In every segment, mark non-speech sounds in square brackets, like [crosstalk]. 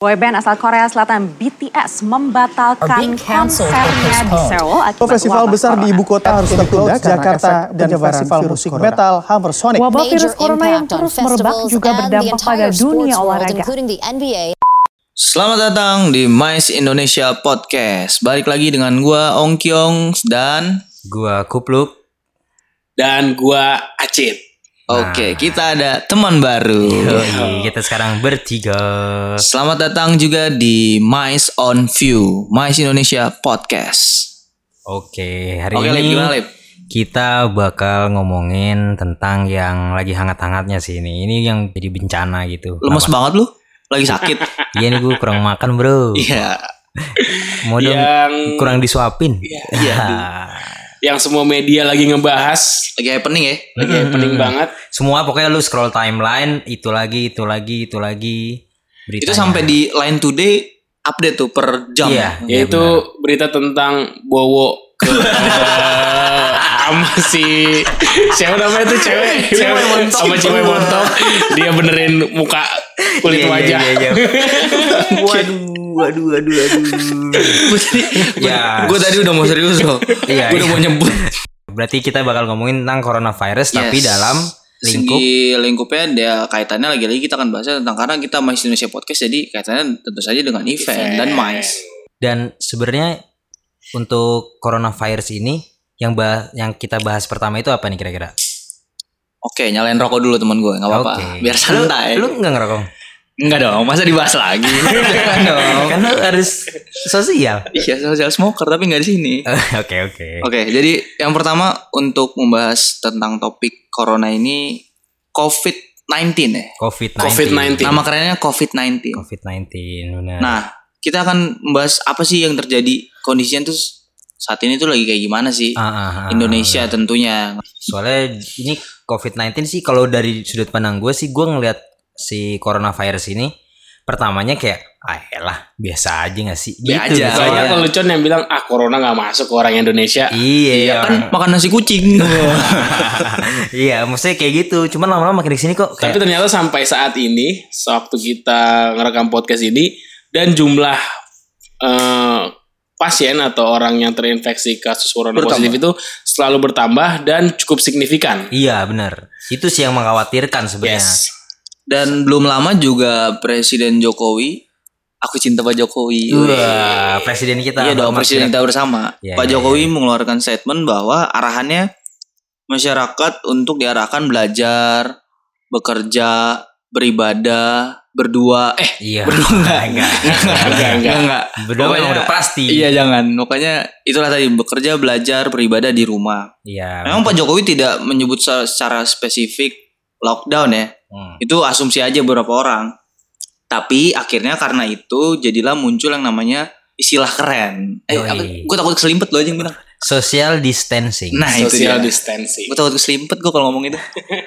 Boyband asal Korea Selatan BTS Are membatalkan being cancelled or konsernya di postponed. Seoul Atau akibat festival wabah besar di corona. ibu kota harus ditunda Jakarta dan festival musik metal Hammer Sonic. Wabah Major virus corona impact yang on terus merebak festivals juga and the berdampak pada entire dunia sports world, olahraga. including the NBA Selamat datang di Mais Indonesia Podcast. Balik lagi dengan gua Ongkyong dan Gua kupluk. dan gua Acit. oke, kita ada teman baru. Yoi, kita sekarang bertiga. Selamat datang juga di Mais on View, Mais Indonesia Podcast. Oke, hari Oke, Lip, ini gimana, Lip? kita bakal ngomongin tentang yang lagi hangat-hangatnya sih ini. Ini yang jadi bencana gitu. Lemes Kenapa? banget lu? Lagi [laughs] sakit? Iya nih gua kurang makan, [laughs] Bro. Iya. Mau dong Yang- kurang disuapin. [laughs] iya. Yang semua media lagi ngebahas, Lagi happening ya? lagi happening Hmm. banget. Semua pokoknya lu scroll timeline itu lagi, itu lagi, itu lagi. Itu sampai di Line Today update tuh per jam. Iya. Yaitu berita tentang Bowo ke [laughs] [laughs] sama si siapa namanya tuh cewek, cewek montok. sama cewek montok dia benerin muka kulit Iya, wajah iya, [laughs] iya, iya. Waduh, waduh, waduh, waduh. Ya. Gue tadi udah mau serius loh. Iya, Gue udah iya. mau nyebut. Berarti kita bakal ngomongin tentang coronavirus tapi Yes. dalam lingkup Segi lingkupnya dia kaitannya lagi-lagi kita akan bahasnya tentang karena kita Mais Indonesia Podcast jadi kaitannya tentu saja dengan event, dan mais. Dan sebenarnya untuk coronavirus ini yang bah yang kita bahas pertama itu apa nih kira-kira? Oke, nyalain rokok dulu teman gue, nggak apa-apa. Oke. Biar santai. Lu nggak [laughs] ngerokok? Enggak dong, masa dibahas [laughs] lagi? Jangan dong. Kan lu harus sosial. [laughs] Iya, social smoker tapi nggak di sini. Oke oke. Oke, jadi yang pertama untuk membahas tentang topik corona ini COVID-19 ya. Covid-19. COVID-19. Nama kerennya COVID-19. COVID-19. Benar. Nah, kita akan membahas apa sih yang terjadi kondisinya tuh saat ini tuh lagi kayak gimana sih? Ah, ah, ah. Indonesia tentunya. Soalnya ini COVID-19 sih kalau dari sudut pandang gue sih gue ngeliat si coronavirus ini pertamanya kayak ah elah biasa aja gak sih? Gitu, Biasa Iya aja, soalnya. soalnya lelucon yang bilang ah corona nggak masuk ke orang Indonesia Kan Iya, orang- makan nasi [laughs] kucing. iya, maksudnya kayak gitu. Cuman lama-lama makin kesini kok. tapi Kayak, ternyata sampai saat ini waktu kita ngerekam podcast ini dan jumlah eh, pasien atau orang yang terinfeksi kasus corona Bertambah. positif itu selalu bertambah dan cukup signifikan iya benar. Itu sih yang mengkhawatirkan Iya. sebenarnya. yes Dan belum lama juga Presiden Jokowi, aku cinta Pak Jokowi. Iya. Wah, eh, presiden kita. Iya dong, Ahmad presiden Syed. kita bersama. Iya, Pak iya, Jokowi mengeluarkan statement bahwa arahannya masyarakat untuk diarahkan belajar, bekerja, beribadah, berdua. Eh, Iya. berdua enggak. Enggak. Hmm. enggak enggak enggak. Berdua Pokoknya- yang udah pasti. Iya jangan. Makanya itulah tadi bekerja, belajar, beribadah di rumah. Iya. Memang Pak Jokowi tidak menyebut se- secara spesifik lockdown ya. Hmm. Itu asumsi aja beberapa orang. Tapi akhirnya karena itu jadilah muncul yang namanya istilah keren. Eh, Yoi. Nah, apa? gue takut keselimpet lo aja yang bilang. Social distancing. Nah itu dia. social distancing Gue takut keselimpet gue kalau ngomong itu.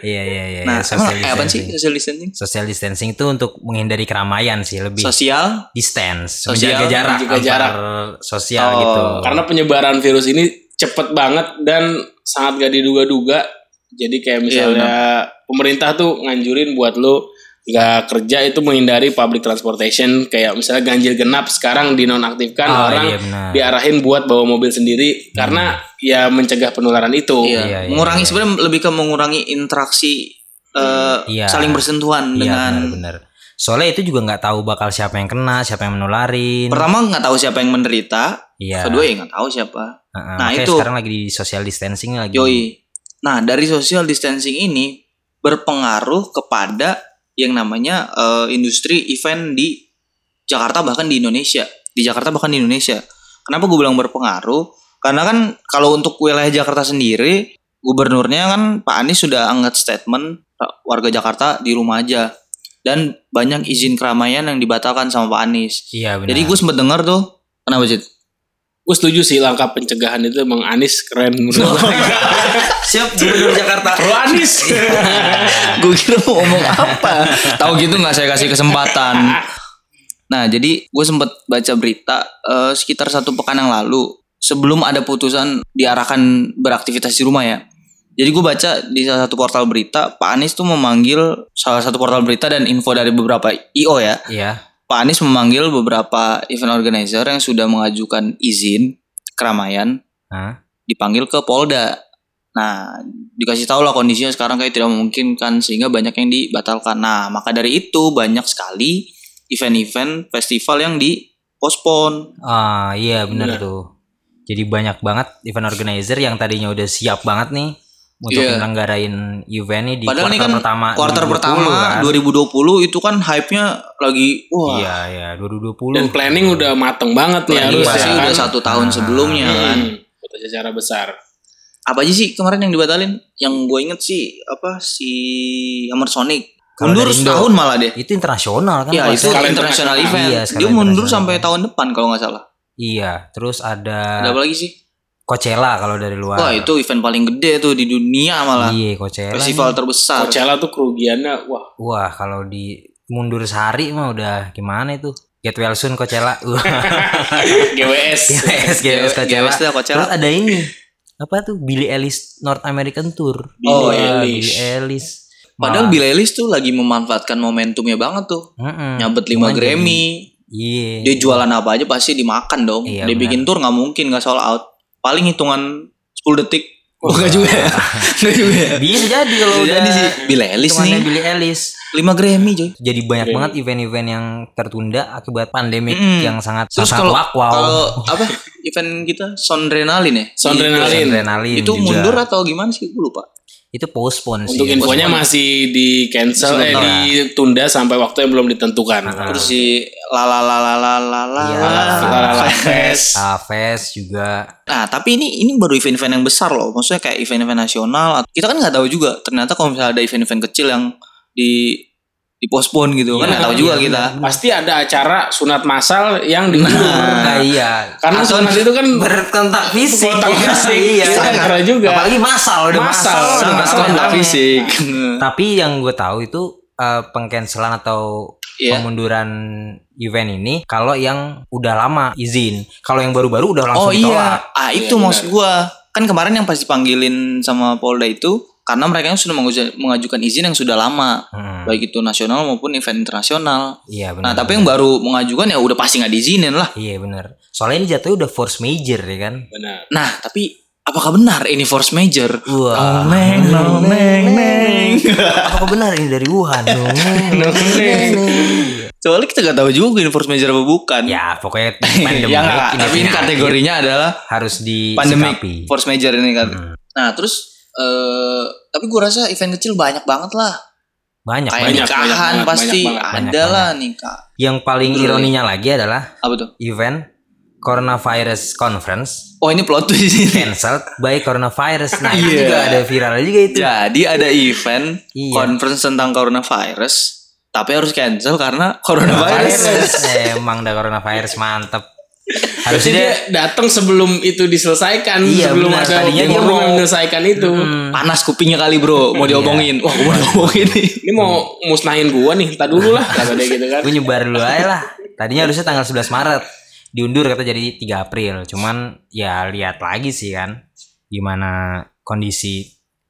Iya, iya, iya. Nah, iya, social emang eh, apaan sih distancing. social distancing? Social distancing itu untuk menghindari keramaian sih lebih Sosial? distance, Sosial, menjaga jarak, menjaga antar jarak. sosial Oh, gitu. karena penyebaran virus ini cepet banget dan sangat gak diduga-duga Iya, jadi kayak misalnya pemerintah tuh nganjurin buat lo nggak kerja itu menghindari public transportation kayak misalnya ganjil genap sekarang dinonaktifkan Ah, Oh, orang iya, benar. diarahin buat bawa mobil sendiri karena ya mencegah penularan itu Hmm. iya. iya, iya, mengurangi iya. sebenarnya lebih ke mengurangi interaksi eh, Iya. saling bersentuhan Iya, dengan benar, benar. Soalnya itu juga nggak tahu bakal siapa yang kena, siapa yang menularin. pertama nggak tahu siapa yang menderita, Iya. kedua ya nggak tahu siapa. Heeh, Nah, makanya itu. sekarang lagi di social distancing lagi. Yoi. Nah, dari social distancing ini berpengaruh kepada yang namanya eh, industri event di Jakarta bahkan di Indonesia. Di Jakarta bahkan di Indonesia. Kenapa gue bilang berpengaruh? Karena kan kalau untuk wilayah Jakarta sendiri, gubernurnya kan Pak Anies sudah angkat statement "Pak, warga Jakarta di rumah aja. Dan banyak izin keramaian yang dibatalkan sama Pak Anies. Iya benar. Jadi gue sempet denger tuh, kenapa Cid? gue setuju sih langkah pencegahan itu emang Anies [laughs] keren menurut gue. Siap gubernur Jakarta. Bro [laughs] Anies gue kira mau ngomong apa tahu gitu nggak saya kasih kesempatan nah jadi gue sempet baca berita eh, sekitar satu pekan yang lalu sebelum ada putusan diarahkan beraktivitas di rumah ya jadi gue baca di salah satu portal berita Pak Anies tuh memanggil salah satu portal berita dan info dari beberapa IO ya Iya. Pak Anies memanggil beberapa event organizer yang sudah mengajukan izin keramaian Hah? dipanggil ke Polda. Nah, dikasih tahu lah kondisinya sekarang kayak tidak memungkinkan sehingga banyak yang dibatalkan. Nah, maka dari itu banyak sekali event-event festival yang dipospon. Ah iya benar Benar. tuh. Jadi banyak banget event organizer yang tadinya udah siap banget nih untuk Iya. nyenggarain event nih di Padahal ini kuartal kan pertama Kuartal 2020 pertama kan. 2020 itu kan hype-nya lagi wah. Iya iya 2020. Dan planning udah mateng banget nih Oh. Planning Iya, harusnya pasti kan. udah satu tahun Ah. sebelumnya kan. Hmm, secara besar. Apa aja sih kemarin yang dibatalin? Yang gue inget sih apa si Hammer Sonic. Kalau Mundur dari Indo. setahun malah deh. itu internasional kan. Iya kalau itu saya- skala international internasional. event. Iya, skala Dia mundur internasional. sampai tahun depan kalau nggak salah. Iya, terus Ada ada apa lagi sih? Coachella kalau dari luar. Wah itu event paling gede tuh di dunia malah. Iya, Coachella. Festival nih. terbesar. Coachella tuh kerugiannya wah Wah, kalau di mundur sehari mah udah gimana itu? Get well soon Coachella. [laughs] Iya. GWS. GWS, GWS Coachella. GWS, Iya, Coachella. Terus ada ini. Apa tuh? Billie Eilish North American Tour. Oh, Iya, Billie Eilish. Eilish. Padahal Malah- Billie Eilish tuh lagi memanfaatkan momentumnya banget tuh. Mm-mm. Nyabet 5 Cuman Grammy. Hmm. jadi- Iya. Dia jualan apa aja pasti dimakan dong. Iya, dia benar. bikin tour nggak mungkin nggak sold out. Paling hitungan 10 detik. [laughs] Oh, nggak juga ya. Nggak juga ya. Bisa jadi kalau Bisa udah jadi sih. Billie Eilish Iya. hitungannya nih. Billie Eilish. 5 Grammy coy. Jadi banyak Grammy. banget event-event yang tertunda akibat pandemi Mm-mm. yang sangat Terus sangat kalau wow. kalau apa event kita Sondrenalin ya? Sondrenalin. adrenalin Itu juga. mundur atau gimana sih? Gue lupa. itu postpone sih. Untuk ya. infonya masih di cancel eh Sementara. ditunda sampai waktu yang belum ditentukan. Ah. Terus si la la la la la la Ah. la. Iya. la, la, la. Fest. Aves Ah, juga Nah, tapi ini ini baru event-event yang besar loh. Maksudnya kayak event-event nasional. Kita kan nggak tahu juga. Ternyata kalau misalnya ada event-event kecil yang di dipospon Iya, gitu kan nggak tahu juga kita. Pasti ada acara sunat massal yang diundur. Nah, iya. Ah. Karena Atau sunat itu kan Berkontak fisik. Berkontak fisik. iya. Itu sangat. acara juga. Apalagi masal udah Massal, Oh, masal. udah udah massal, masal. kontak fisik. Tapi yang gue tahu itu eh, pengcancelan atau Iya. pemunduran event ini kalau yang udah lama izin. Kalau yang baru-baru udah Oh langsung ditolak. iya, ah itu Iya, maksud gua. Kan kemarin yang pasti panggilin sama Polda itu karena mereka sudah menguja- mengajukan izin yang sudah lama, Hmm, baik itu nasional maupun event internasional. iya benar. Nah, tapi yang baru mengajukan ya udah pasti nggak diizinin lah. Iya benar. Soalnya ini jatuhnya udah force major ya kan. Benar. Nah, tapi apakah benar ini force major? Iya. Wah. Neng, oh, neng, neng, neng. Apa benar ini dari Wuhan? Neng, neng, neng, neng. Soalnya kita gak tahu juga ini force major apa bukan. ya pokoknya pandemi [laughs] ya nggak, tapi ini penyakit kategorinya adalah harus di pandemi force major ini kan. Hmm. Nah, terus eh tapi gua rasa event kecil banyak banget lah. banyak Kayak banyak banyak, nikahan banyak, pasti banyak banget. ada Banyak, lah nikah. yang paling Betul. ironinya lagi adalah Apa tuh? event coronavirus conference Oh, ini plot twist ini. cancelled by [laughs] coronavirus nah itu Iya. juga ada viral juga itu Jadi ada event Iya. conference tentang coronavirus tapi harus cancel karena coronavirus. Virus. emang dah coronavirus mantep Harusnya dia harusnya datang sebelum itu diselesaikan, Iya, sebelum benar. ada Tadinya dia forum mau- yang menyelesaikan itu. Panas kupingnya kali, Bro. Mau Iya. diomongin. Wah, gua mau diomongin nih. [laughs] Ini mau musnahin gua nih, entar dulu [laughs] lah kata dia gitu kan. gue nyebar dulu aja lah tadinya harusnya tanggal 11 Maret diundur kata jadi 3 April cuman ya lihat lagi sih kan gimana kondisi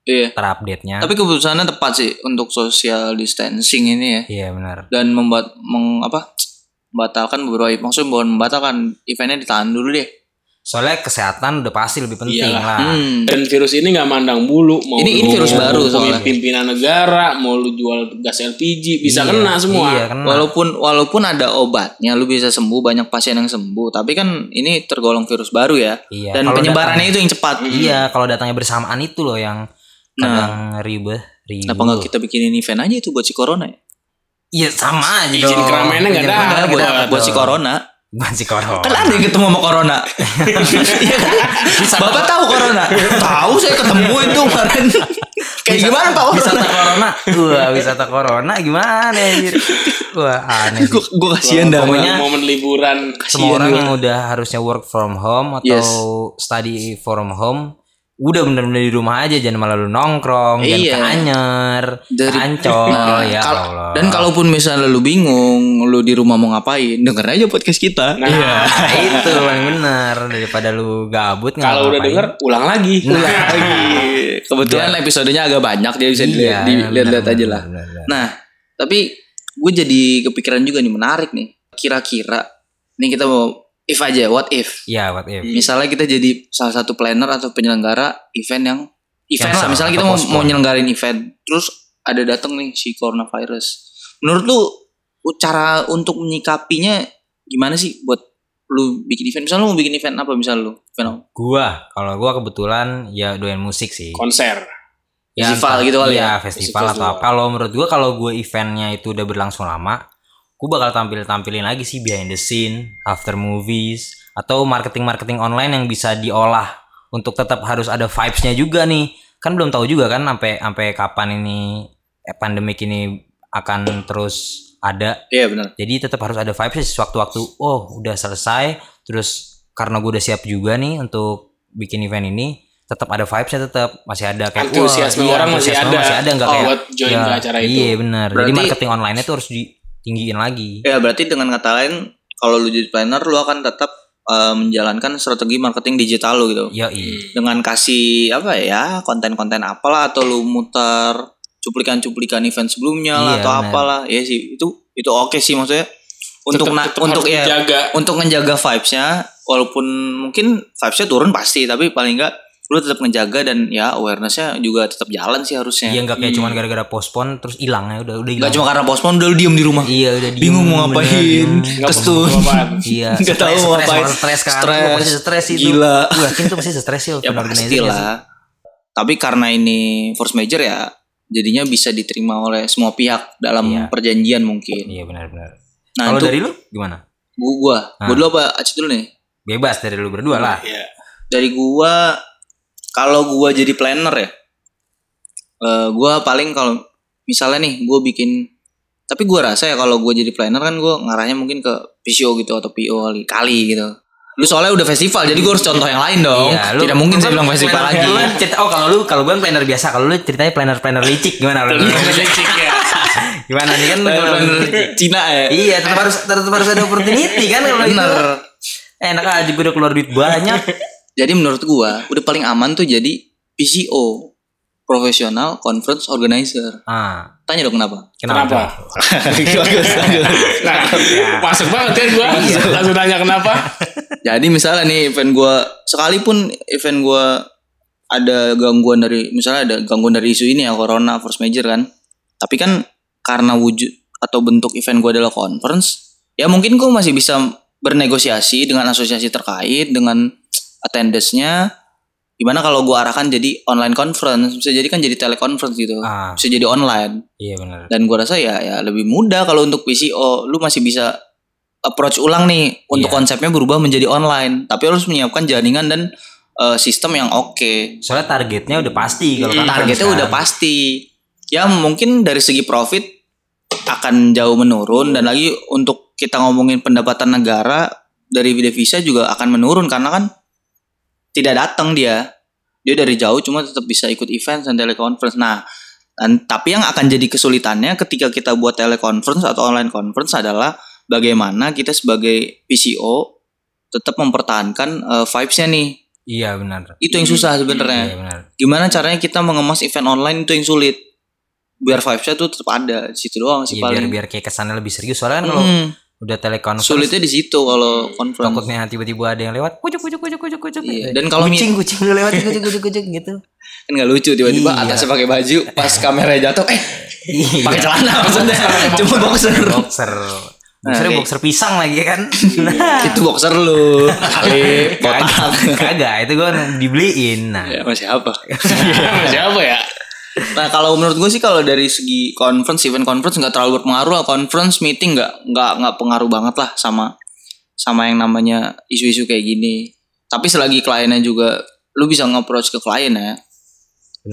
Iya. terupdate nya Tapi keputusannya tepat sih untuk social distancing ini ya iya benar dan membuat meng, apa membatalkan beberapa maksudnya bukan membatalkan eventnya ditahan dulu deh. Soalnya kesehatan udah pasti lebih penting Iyalah. lah. Hmm. Dan virus ini nggak mandang bulu, mau Ini- ini lu virus baru hubungi soalnya. pimpinan negara, mau lu jual gas LPG, bisa Iya, kena semua. Iya, kena. Walaupun walaupun ada obatnya lu bisa sembuh banyak pasien yang sembuh tapi kan ini tergolong virus baru ya Iya, dan kalau penyebarannya itu yang cepat. iya, kalau datangnya bersamaan itu loh yang kadang ribet, ribet. Nah. Kenapa nggak kita bikinin event aja itu buat si corona ya? Iya, sama aja. Izin dong. keramennya nggak Izin ada, keramennya buat, Ah, nggak ada buat si dong. corona. Buat si corona. Kan ada yang ketemu sama corona. [laughs] Iya kan? Bapak [laughs] tahu corona? tahu saya ketemu itu [laughs] kemarin. Kayak gimana Pak Wisata Corona? corona. Wah, wisata corona gimana [laughs] anjir? Wah, aneh. sih. Gue gue kasihan dah. sama- Pokoknya- momen liburan. Semua orang yang udah harusnya work from home atau Iya, Yes. study from home udah bener-bener di rumah aja jangan malah lu nongkrong jangan Iya. keanyer Dari- [laughs] keancol Nah, ya kal- Allah Dan kalaupun misalnya lu bingung, lu di rumah mau ngapain, denger aja podcast kita. Nah, Nah, [laughs] itu yang benar daripada lu gabut nggak kalau udah ngapain. denger ulang [laughs] lagi. Ulang lagi. Kebetulan episodenya agak banyak, jadi bisa Iya, dilihat- dilihat-lihat benar, aja benar, lah. benar, benar. Nah, tapi gue jadi kepikiran juga nih menarik nih. kira-kira ini kita mau if aja what if Ya, what if? misalnya kita jadi salah satu planner atau penyelenggara event yang event lah sama, misalnya kita atau mau, postpone. mau nyelenggarin event terus ada datang nih si coronavirus menurut lu cara untuk menyikapinya gimana sih buat lu bikin event misalnya lu mau bikin event apa misalnya lu event apa? Gua, kalau gua kebetulan ya doyan musik sih. konser Festival entah- gitu kali ya? iya, festival Festival atau juga. apa. Kalau menurut gua kalau gua eventnya itu udah berlangsung lama, gua bakal tampil-tampilin lagi sih behind the scene, after movies, atau marketing-marketing online yang bisa diolah untuk tetap harus ada vibes-nya juga nih. Kan belum tahu juga kan sampai sampai kapan ini eh, pandemik ini akan terus ada iya benar jadi tetap harus ada vibes sewaktu-waktu. Oh, udah selesai. Terus karena gue udah siap juga nih untuk bikin event ini, tetap ada vibesnya tetap masih ada kayak wah, Antusiasme iya, orang masih antusiasme ada. masih ada nggak Oh, kayak buat join ke acara itu. Iya benar. Jadi Berarti- marketing online-nya tuh harus ditinggiin lagi. Ya berarti dengan kata lain kalau lu jadi planner lu akan tetap eh, menjalankan strategi marketing digital lu gitu. Yo, iya. Dengan kasih apa ya konten-konten apalah atau lu muter cuplikan-cuplikan event sebelumnya lah Iya, atau benar. apalah. Ya sih itu itu oke sih maksudnya untuk Tetep- na- tetep untuk harus ya dijaga. untuk ngejaga vibes-nya walaupun mungkin vibes-nya turun pasti tapi paling enggak lu tetap ngejaga dan ya awareness-nya juga tetap jalan sih harusnya. Hmm. Iya nggak kayak cuman gara-gara postpone terus hilang ya udah udah hilang. Nggak cuma karena postpone udah lu diem di rumah. Iya udah diem, Bingung mau bener, ngapain. diem. Nggak Kestun. perlu [laughs] apaan. Iya, Nggak tahu stres, mau stres, ngapain. orang stres kan. Stres. Lu pasti stres itu. Gila. Gue yakin tuh pasti stres sih. [laughs] ya pada pasti organizer-nya sih. lah tapi karena ini force major ya jadinya bisa diterima oleh semua pihak dalam Iya. perjanjian mungkin Iya benar-benar. nah Kalau itu dari lu gimana? gua gua, gua Ah. dulu apa acit dulu nih Bebas dari lu berdua lah. Iya. dari gua kalau gua jadi planner ya eh, gua paling kalau misalnya nih gua bikin tapi gua rasa ya kalau gua jadi planner kan gua ngarahnya mungkin ke PCO gitu atau PO kali kali gitu lu soalnya udah festival jadi gua harus contoh yang lain dong Iya, lu- tidak mungkin lu saya kan bilang festival planner- lagi lu kan cerita- oh kalau lu kalau gue planner biasa, kalau lu ceritanya planner planner licik gimana lu? Licik ya. gimana nih kan lu kalau Iya. Planner Cina ya Iya, tetap harus tetap harus ada opportunity kan kalau itu. Bener. Enak aja gue udah keluar duit banyak. Jadi menurut gua udah paling aman tuh jadi PCO, Professional Conference Organizer. Ah, Tanya dong kenapa? Kenapa? kenapa? [laughs] Iya. Nah, masuk banget kan gua langsung tanya kenapa? jadi misalnya nih event gua sekalipun event gua ada gangguan dari misalnya ada gangguan dari isu ini ya corona force major kan. Tapi kan karena wujud atau bentuk event gua adalah conference, ya mungkin gua masih bisa bernegosiasi dengan asosiasi terkait dengan attendance-nya gimana kalau gua arahkan jadi online conference bisa jadi kan jadi teleconference gitu Ah. bisa jadi online Iya benar. dan gua rasa ya ya lebih mudah kalau untuk PCO lu masih bisa approach ulang nih untuk Iya. konsepnya berubah menjadi online tapi harus menyiapkan jaringan dan eh, sistem yang oke Soalnya targetnya udah pasti kalau conference Iya, targetnya kan. udah pasti ya mungkin dari segi profit akan jauh menurun dan lagi untuk kita ngomongin pendapatan negara dari devisa juga akan menurun karena kan tidak datang dia dia dari jauh cuma tetap bisa ikut event dan teleconference nah dan, tapi yang akan jadi kesulitannya ketika kita buat teleconference atau online conference adalah bagaimana kita sebagai PCO tetap mempertahankan eh, vibes-nya nih Iya benar. itu yang susah sebenarnya Iya benar. gimana caranya kita mengemas event online itu yang sulit biar vibes-nya tuh tetap ada di situ doang sih Iya, biar paling biar kayak kesannya lebih serius. Soalnya kan kalau Hmm, udah telekonferensi sulitnya di situ kalau conference Iya. takutnya tiba-tiba ada yang lewat kucuk kucuk kucuk kucuk kucuk Iya, dan kalau mi- kucing kucing lu lewat kucuk kucuk kucuk gitu kan nggak lucu tiba-tiba Iya. atasnya pakai baju [laughs] pas kamera jatuh eh Iya. pakai celana maksudnya cuma boxer boxer boxer Nah, Iya. boxer pisang lagi kan itu boxer lu gitu. kali botak kagak kagak, itu gue dibeliin nah ya masih apa Iya. Siapa ya? nah kalau menurut gue sih kalau dari segi conference event conference nggak terlalu berpengaruh lah conference meeting nggak nggak nggak pengaruh banget lah sama sama yang namanya isu-isu kayak gini tapi selagi kliennya juga lu bisa nge-approach ke klien ya Benar.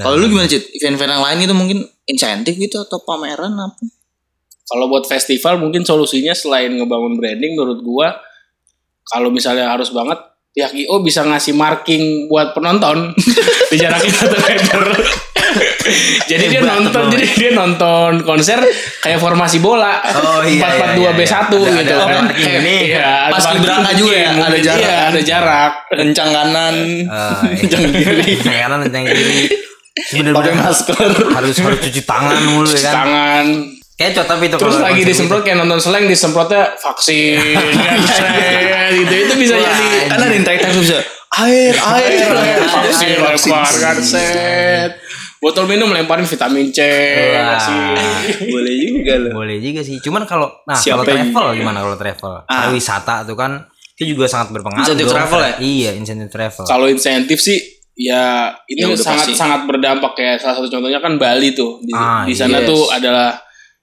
kalau lu gimana cit event-event yang lain itu mungkin insentif gitu atau pameran apa Kalau buat festival mungkin solusinya selain ngebangun branding menurut gua kalau misalnya harus banget pihak IO bisa ngasih marking buat [laughs] penonton di jarakin satu meter. [laughs] jadi dia Hebat, nonton, teman. jadi dia nonton konser kayak formasi bola. Oh, iya, iya, 442 B1 iya. Ada- gitu ada kan. marking ini. [laughs] Iya, ada Pas marking Gibraltar juga ya, mungkin. ada jarak Iya, kan. ada jarak. kencang kanan [laughs] Eh, iya. kencang kiri Yang kanan yang kiri pakai bener-bener masker harus harus cuci tangan mulu ya Cuci kan tangan Kecut tapi itu Terus kalau lagi konsep disemprot kayak nonton seleng disemprotnya [laughs] vaksin kan, gitu itu bisa jadi Ada yang terakhir bisa [laughs] air, air, air. vaksin lemparkan set botol minum lemparin vitamin C Wah. vaksin. Boleh juga gitu. loh. Boleh juga sih. Cuman kalau nah Siapa kalau yang- travel gimana kalau travel? Ah. Wisata tuh kan itu juga sangat berpengaruh. Insentif dong. travel ya? Iya, insentif travel. kalau insentif sih ya ini Ya udah sangat pasti. sangat berdampak kayak salah satu contohnya kan Bali tuh di, Ah, di sana yes. tuh adalah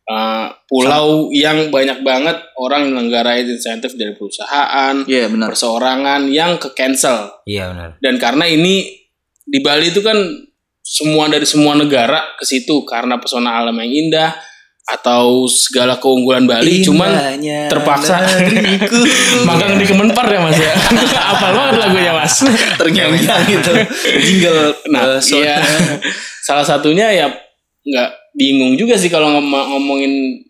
uh, pulau yang banyak banget orang yang nenggarain insentif dari perusahaan Iya benar. perseorangan yang ke cancel Iya benar. dan karena ini di Bali itu kan semua dari semua negara ke situ karena pesona alam yang indah atau segala keunggulan Bali cuman Indahnya terpaksa. [laughs] negeriku. Iya. magang di Kemenpar ya mas [laughs] ya apal banget lagunya mas Terngiang-ngiang gitu. Jingle Nah, eh, sound. iya. salah satunya ya nggak bingung juga sih kalau ngom- ngomongin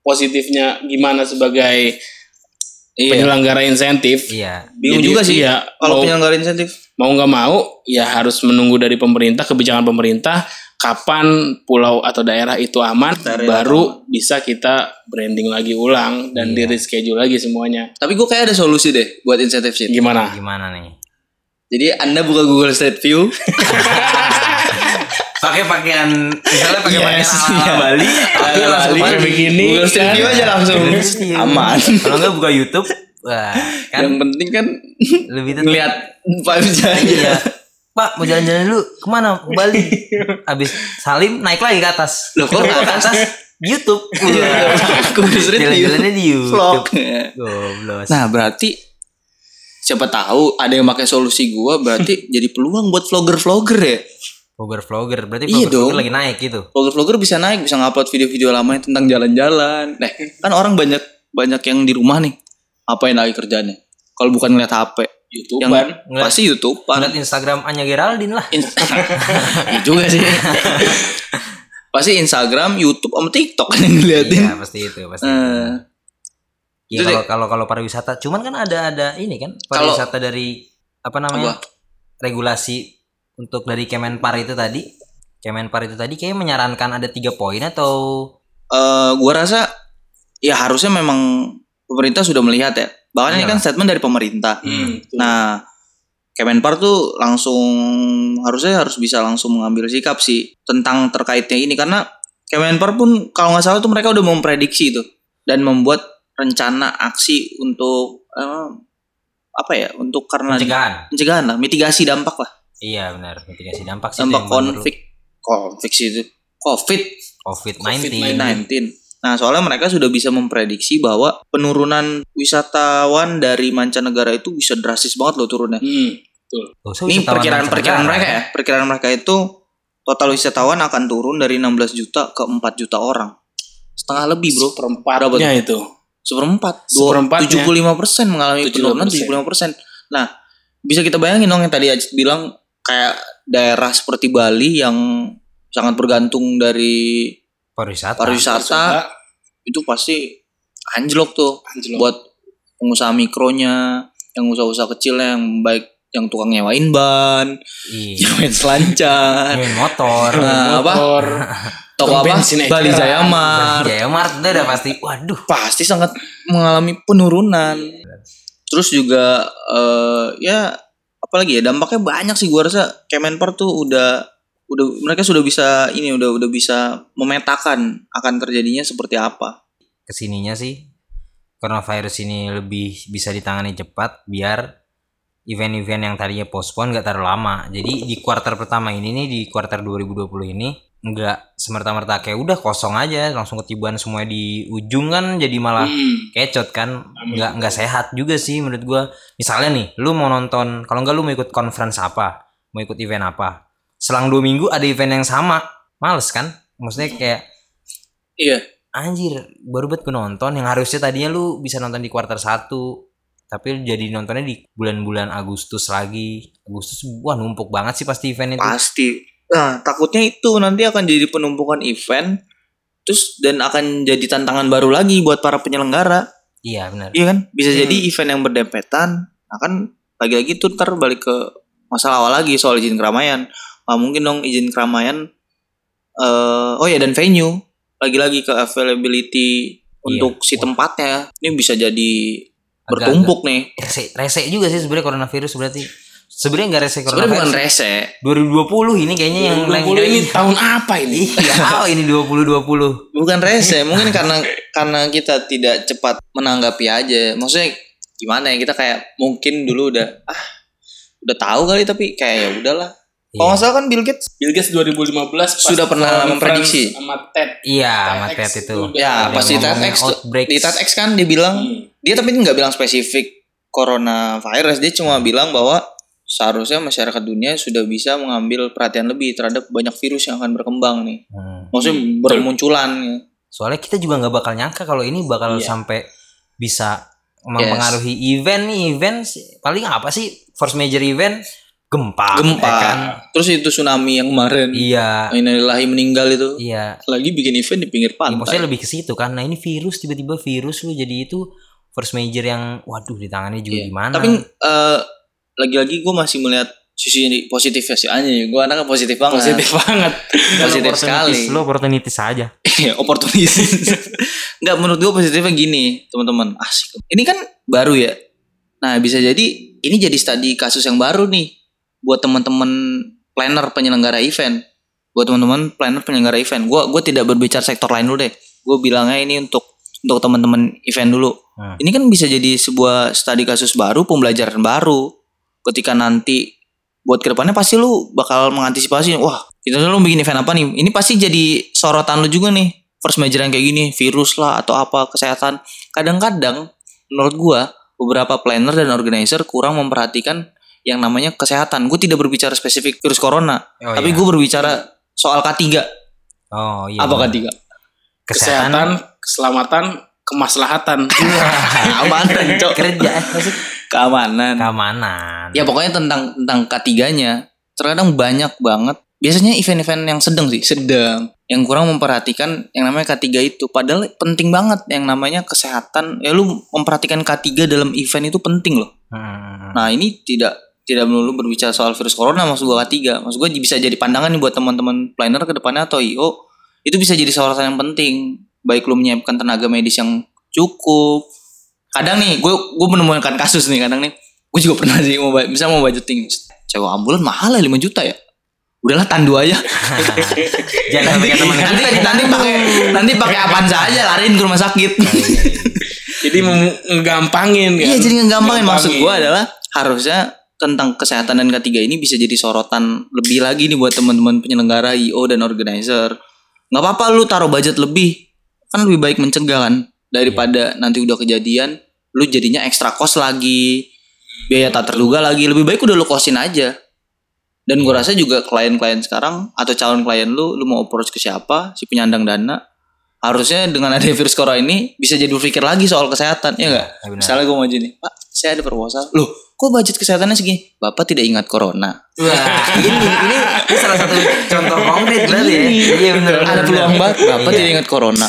positifnya gimana sebagai Iya. penyelenggara insentif. Iya. Bingung Jadi, juga sih iya, kalau mau- penyelenggara insentif. Mau nggak mau ya harus menunggu dari pemerintah kebijakan pemerintah kapan pulau atau daerah itu aman Daerah baru bisa kita branding lagi ulang dan Iya. di reschedule lagi semuanya. Tapi gue kayak ada solusi deh buat insentif sih. Gimana? Gimana nih? Jadi Anda buka Google Street [laughs] View, Pakai pakaian misalnya pakai Yes, pakaian iya. ala Bali, tapi Ala langsung Bali, Iya, Bali. begini Google Street kan. View aja Iya, langsung. Aman. iya. Kalau enggak buka YouTube, wah, kan Yang penting kan [laughs] lebih tetap- ngelihat vibe aja. Iya. Pak mau jalan-jalan dulu kemana? Ke Bali. [laughs] Abis salim naik lagi ke atas. Loh, kok ke Ke atas? [laughs] Iya. YouTube. [laughs] Google Street View. Jalan-jalannya di Vlog. YouTube. Iya. Goblos. Nah berarti siapa tahu ada yang pakai solusi gua [laughs] berarti jadi peluang buat vlogger-vlogger ya. vlogger vlogger berarti Iya vlogger, vlogger dong. lagi naik gitu. Vlogger-vlogger bisa naik, bisa ngupload video-video lamanya tentang jalan-jalan. Nah, kan orang banyak banyak yang di rumah nih. Apain lagi kerjanya? Kalau bukan ngeliat HP, yang YouTuber. kan? Ngeliat- pasti YouTube. Lihat Instagram Anya Geraldine lah. Iya juga sih. pasti Instagram, YouTube, sama TikTok kan yang ngeliatin. Iya pasti itu pasti. Eh. Iya Itu kalau deh. kalau kalau pariwisata, cuman kan ada ada ini kan Kalau- pariwisata dari apa namanya regulasi untuk dari Kemenpar itu tadi. Kemenpar itu tadi kayak menyarankan ada tiga poin atau eh gua rasa ya harusnya memang pemerintah sudah melihat ya. Bahkan ini Iya. kan statement dari pemerintah. Hmm. Nah, Kemenpar tuh langsung harusnya harus bisa langsung mengambil sikap sih tentang terkaitnya ini karena Kemenpar pun kalau nggak salah tuh mereka udah memprediksi itu dan membuat rencana aksi untuk eh, apa ya untuk karena pencegahan. pencegahan lah, mitigasi dampak lah, Iya benar, mitigasi dampak sih dampak itu yang baru. konflik konflik sih itu COVID COVID-19. COVID-19. Nah, soalnya mereka sudah bisa memprediksi bahwa penurunan wisatawan dari mancanegara itu bisa drastis banget loh turunnya. Hmm. Tuh, so Ini wisatawan perkiraan-perkiraan mancanegara. mereka ya. Perkiraan mereka itu total wisatawan akan turun dari 16 juta ke 4 juta orang. Setengah Hmm. lebih, Bro. Berapa tuh? Seperempatnya itu. Seperempat. Seperempatnya. 75% mengalami 75%. penurunan 75%. Nah, bisa kita bayangin dong yang tadi Ajit bilang kayak daerah seperti Bali yang sangat bergantung dari Pariwisata. pariwisata itu pasti anjlok tuh Anjlok. buat pengusaha mikronya, yang usaha-usaha kecilnya yang baik yang tukang nyewain ban, [laughs] Iya. nyewain selancar, Nyewain motor. Iya. nah, apa [laughs] Motor. toko apa bensin eceran. Bali Jaya [laughs] Mart Jaya Iya, Mart udah udah pasti. Waduh. pasti sangat mengalami penurunan. Terus juga eh, ya apalagi ya dampaknya banyak sih gua rasa Kemenpar tuh udah udah mereka sudah bisa ini udah udah bisa memetakan akan terjadinya seperti apa. Kesininya sih coronavirus ini lebih bisa ditangani cepat biar event-event yang tadinya postpone nggak terlalu lama. Jadi di kuarter pertama ini nih di kuarter 2020 ini nggak semerta-merta kayak udah kosong aja langsung ketiban semua di ujung kan jadi malah Hmm. kecot kan nggak nggak sehat juga sih menurut gua misalnya nih lu mau nonton kalau nggak lu mau ikut conference apa mau ikut event apa selang dua minggu ada event yang sama males kan maksudnya kayak Iya. anjir baru buat gue nonton yang harusnya tadinya lu bisa nonton di kuarter satu tapi lu jadi nontonnya di bulan-bulan Agustus lagi Agustus wah numpuk banget sih pasti event itu Pasti. Nah, takutnya itu nanti akan jadi penumpukan event terus dan akan jadi tantangan baru lagi buat para penyelenggara. iya benar Iya kan? Bisa Hmm. jadi event yang berdempetan. Nah kan lagi-lagi tuh ntar balik ke masalah awal lagi soal Ah, izin keramaian. Nah, mungkin dong izin keramaian. eh oh ya dan venue. lagi-lagi ke availability untuk si tempatnya ini bisa jadi bertumpuk nih rese, rese juga sih sebenarnya coronavirus berarti sebenarnya nggak rese sebenarnya bukan coronavirus rese 2020 ini kayaknya yang lagi 20 ini tahun apa ini? Iya. [laughs] oh ini 2020 bukan [laughs] rese mungkin karena karena kita tidak cepat menanggapi aja maksudnya gimana ya kita kayak mungkin dulu udah ah udah tahu kali tapi kayak ya udahlah Iya. kalau nggak salah kan Bill Gates Bill Gates 2015 pas Sudah pernah conference memprediksi. sama TED. iya TEDx sama TED itu juga. ya Ada pasti yang ngomongin TEDx tuh. outbreaks. di TEDx kan dia bilang Hmm. dia tapi nggak bilang spesifik coronavirus dia cuma bilang bahwa seharusnya masyarakat dunia sudah bisa mengambil perhatian lebih terhadap banyak virus yang akan berkembang nih Hmm. maksudnya Hmm, betul. bermunculan ya. soalnya kita juga nggak bakal nyangka kalau ini bakal Iya. sampai bisa mempengaruhi event nih event sih- paling apa sih first major event gempa gempa ya kan? terus itu tsunami yang kemarin iya Innalillahi meninggal itu iya lagi bikin event di pinggir Ya, pantai maksudnya lebih ke situ kan nah ini virus tiba-tiba virus lu jadi itu first major yang waduh di tangannya juga Iya. gimana tapi eh, lagi-lagi gue masih melihat sisi positifnya sih aja gue anaknya positif banget Positif banget. [laughs] positif sekali lu opportunity saja Iya, oportunis. Nggak menurut gue positifnya gini, teman-teman. Asik. Ini kan baru ya. Nah, bisa jadi ini jadi studi kasus yang baru nih buat teman-teman planner penyelenggara event. Buat teman-teman planner penyelenggara event. Gua gua tidak berbicara sektor lain dulu deh. Gue bilangnya ini untuk untuk teman-teman event dulu. Hmm. Ini kan bisa jadi sebuah studi kasus baru, pembelajaran baru. Ketika nanti buat kedepannya pasti lu bakal mengantisipasi wah kita lu bikin event apa nih ini pasti jadi sorotan lu juga nih first major yang kayak gini virus lah atau apa kesehatan kadang-kadang menurut gua beberapa planner dan organizer kurang memperhatikan yang namanya kesehatan gue tidak berbicara spesifik virus corona Oh, tapi iya. gue berbicara soal K3 oh iya apa [laughs] K3 kesehatan, Kesehatan, keselamatan, kemaslahatan. [laughs] keamanan Cok. kerja [laughs] keamanan keamanan ya pokoknya tentang tentang ketiganya terkadang banyak banget biasanya event-event yang sedang sih sedang yang kurang memperhatikan yang namanya K3 itu padahal penting banget yang namanya kesehatan ya lu memperhatikan K3 dalam event itu penting loh Hmm. nah ini tidak tidak melulu berbicara soal virus corona maksud gua K3 maksud gua bisa jadi pandangan nih buat teman-teman planner ke depannya atau IO itu bisa jadi sorotan yang penting baik lu menyiapkan tenaga medis yang cukup kadang nih gue gue menemukan kasus nih kadang nih gue juga pernah sih mau ba- misalnya mau budgeting sewa ambulan mahal ya 5 juta ya udahlah tandu aja jangan sampai ke teman nanti nanti pakai nanti pakai Avanza aja lariin ke rumah sakit Jadi mem- ngegampangin kan. iya jadi ngegampangin maksud gue adalah harusnya tentang kesehatan dan ketiga ini bisa jadi sorotan lebih lagi nih buat teman-teman penyelenggara IO dan organizer nggak apa-apa lu taruh budget lebih kan lebih baik mencegah kan daripada nanti udah kejadian lu jadinya ekstra cost lagi biaya tak terduga lagi lebih baik udah lu kosin aja dan gue rasa juga klien-klien sekarang atau calon klien lu lu mau approach ke siapa si penyandang dana harusnya dengan ada virus corona ini bisa jadi berpikir lagi soal kesehatan ya enggak ya benar. misalnya gue mau jadi pak saya ada proposal loh kok budget kesehatannya segini bapak tidak ingat corona [laughs] Wah, ini ini ini salah satu contoh konkret berarti ya. Iya benar. ada peluang banget Iya. bapak tidak ingat corona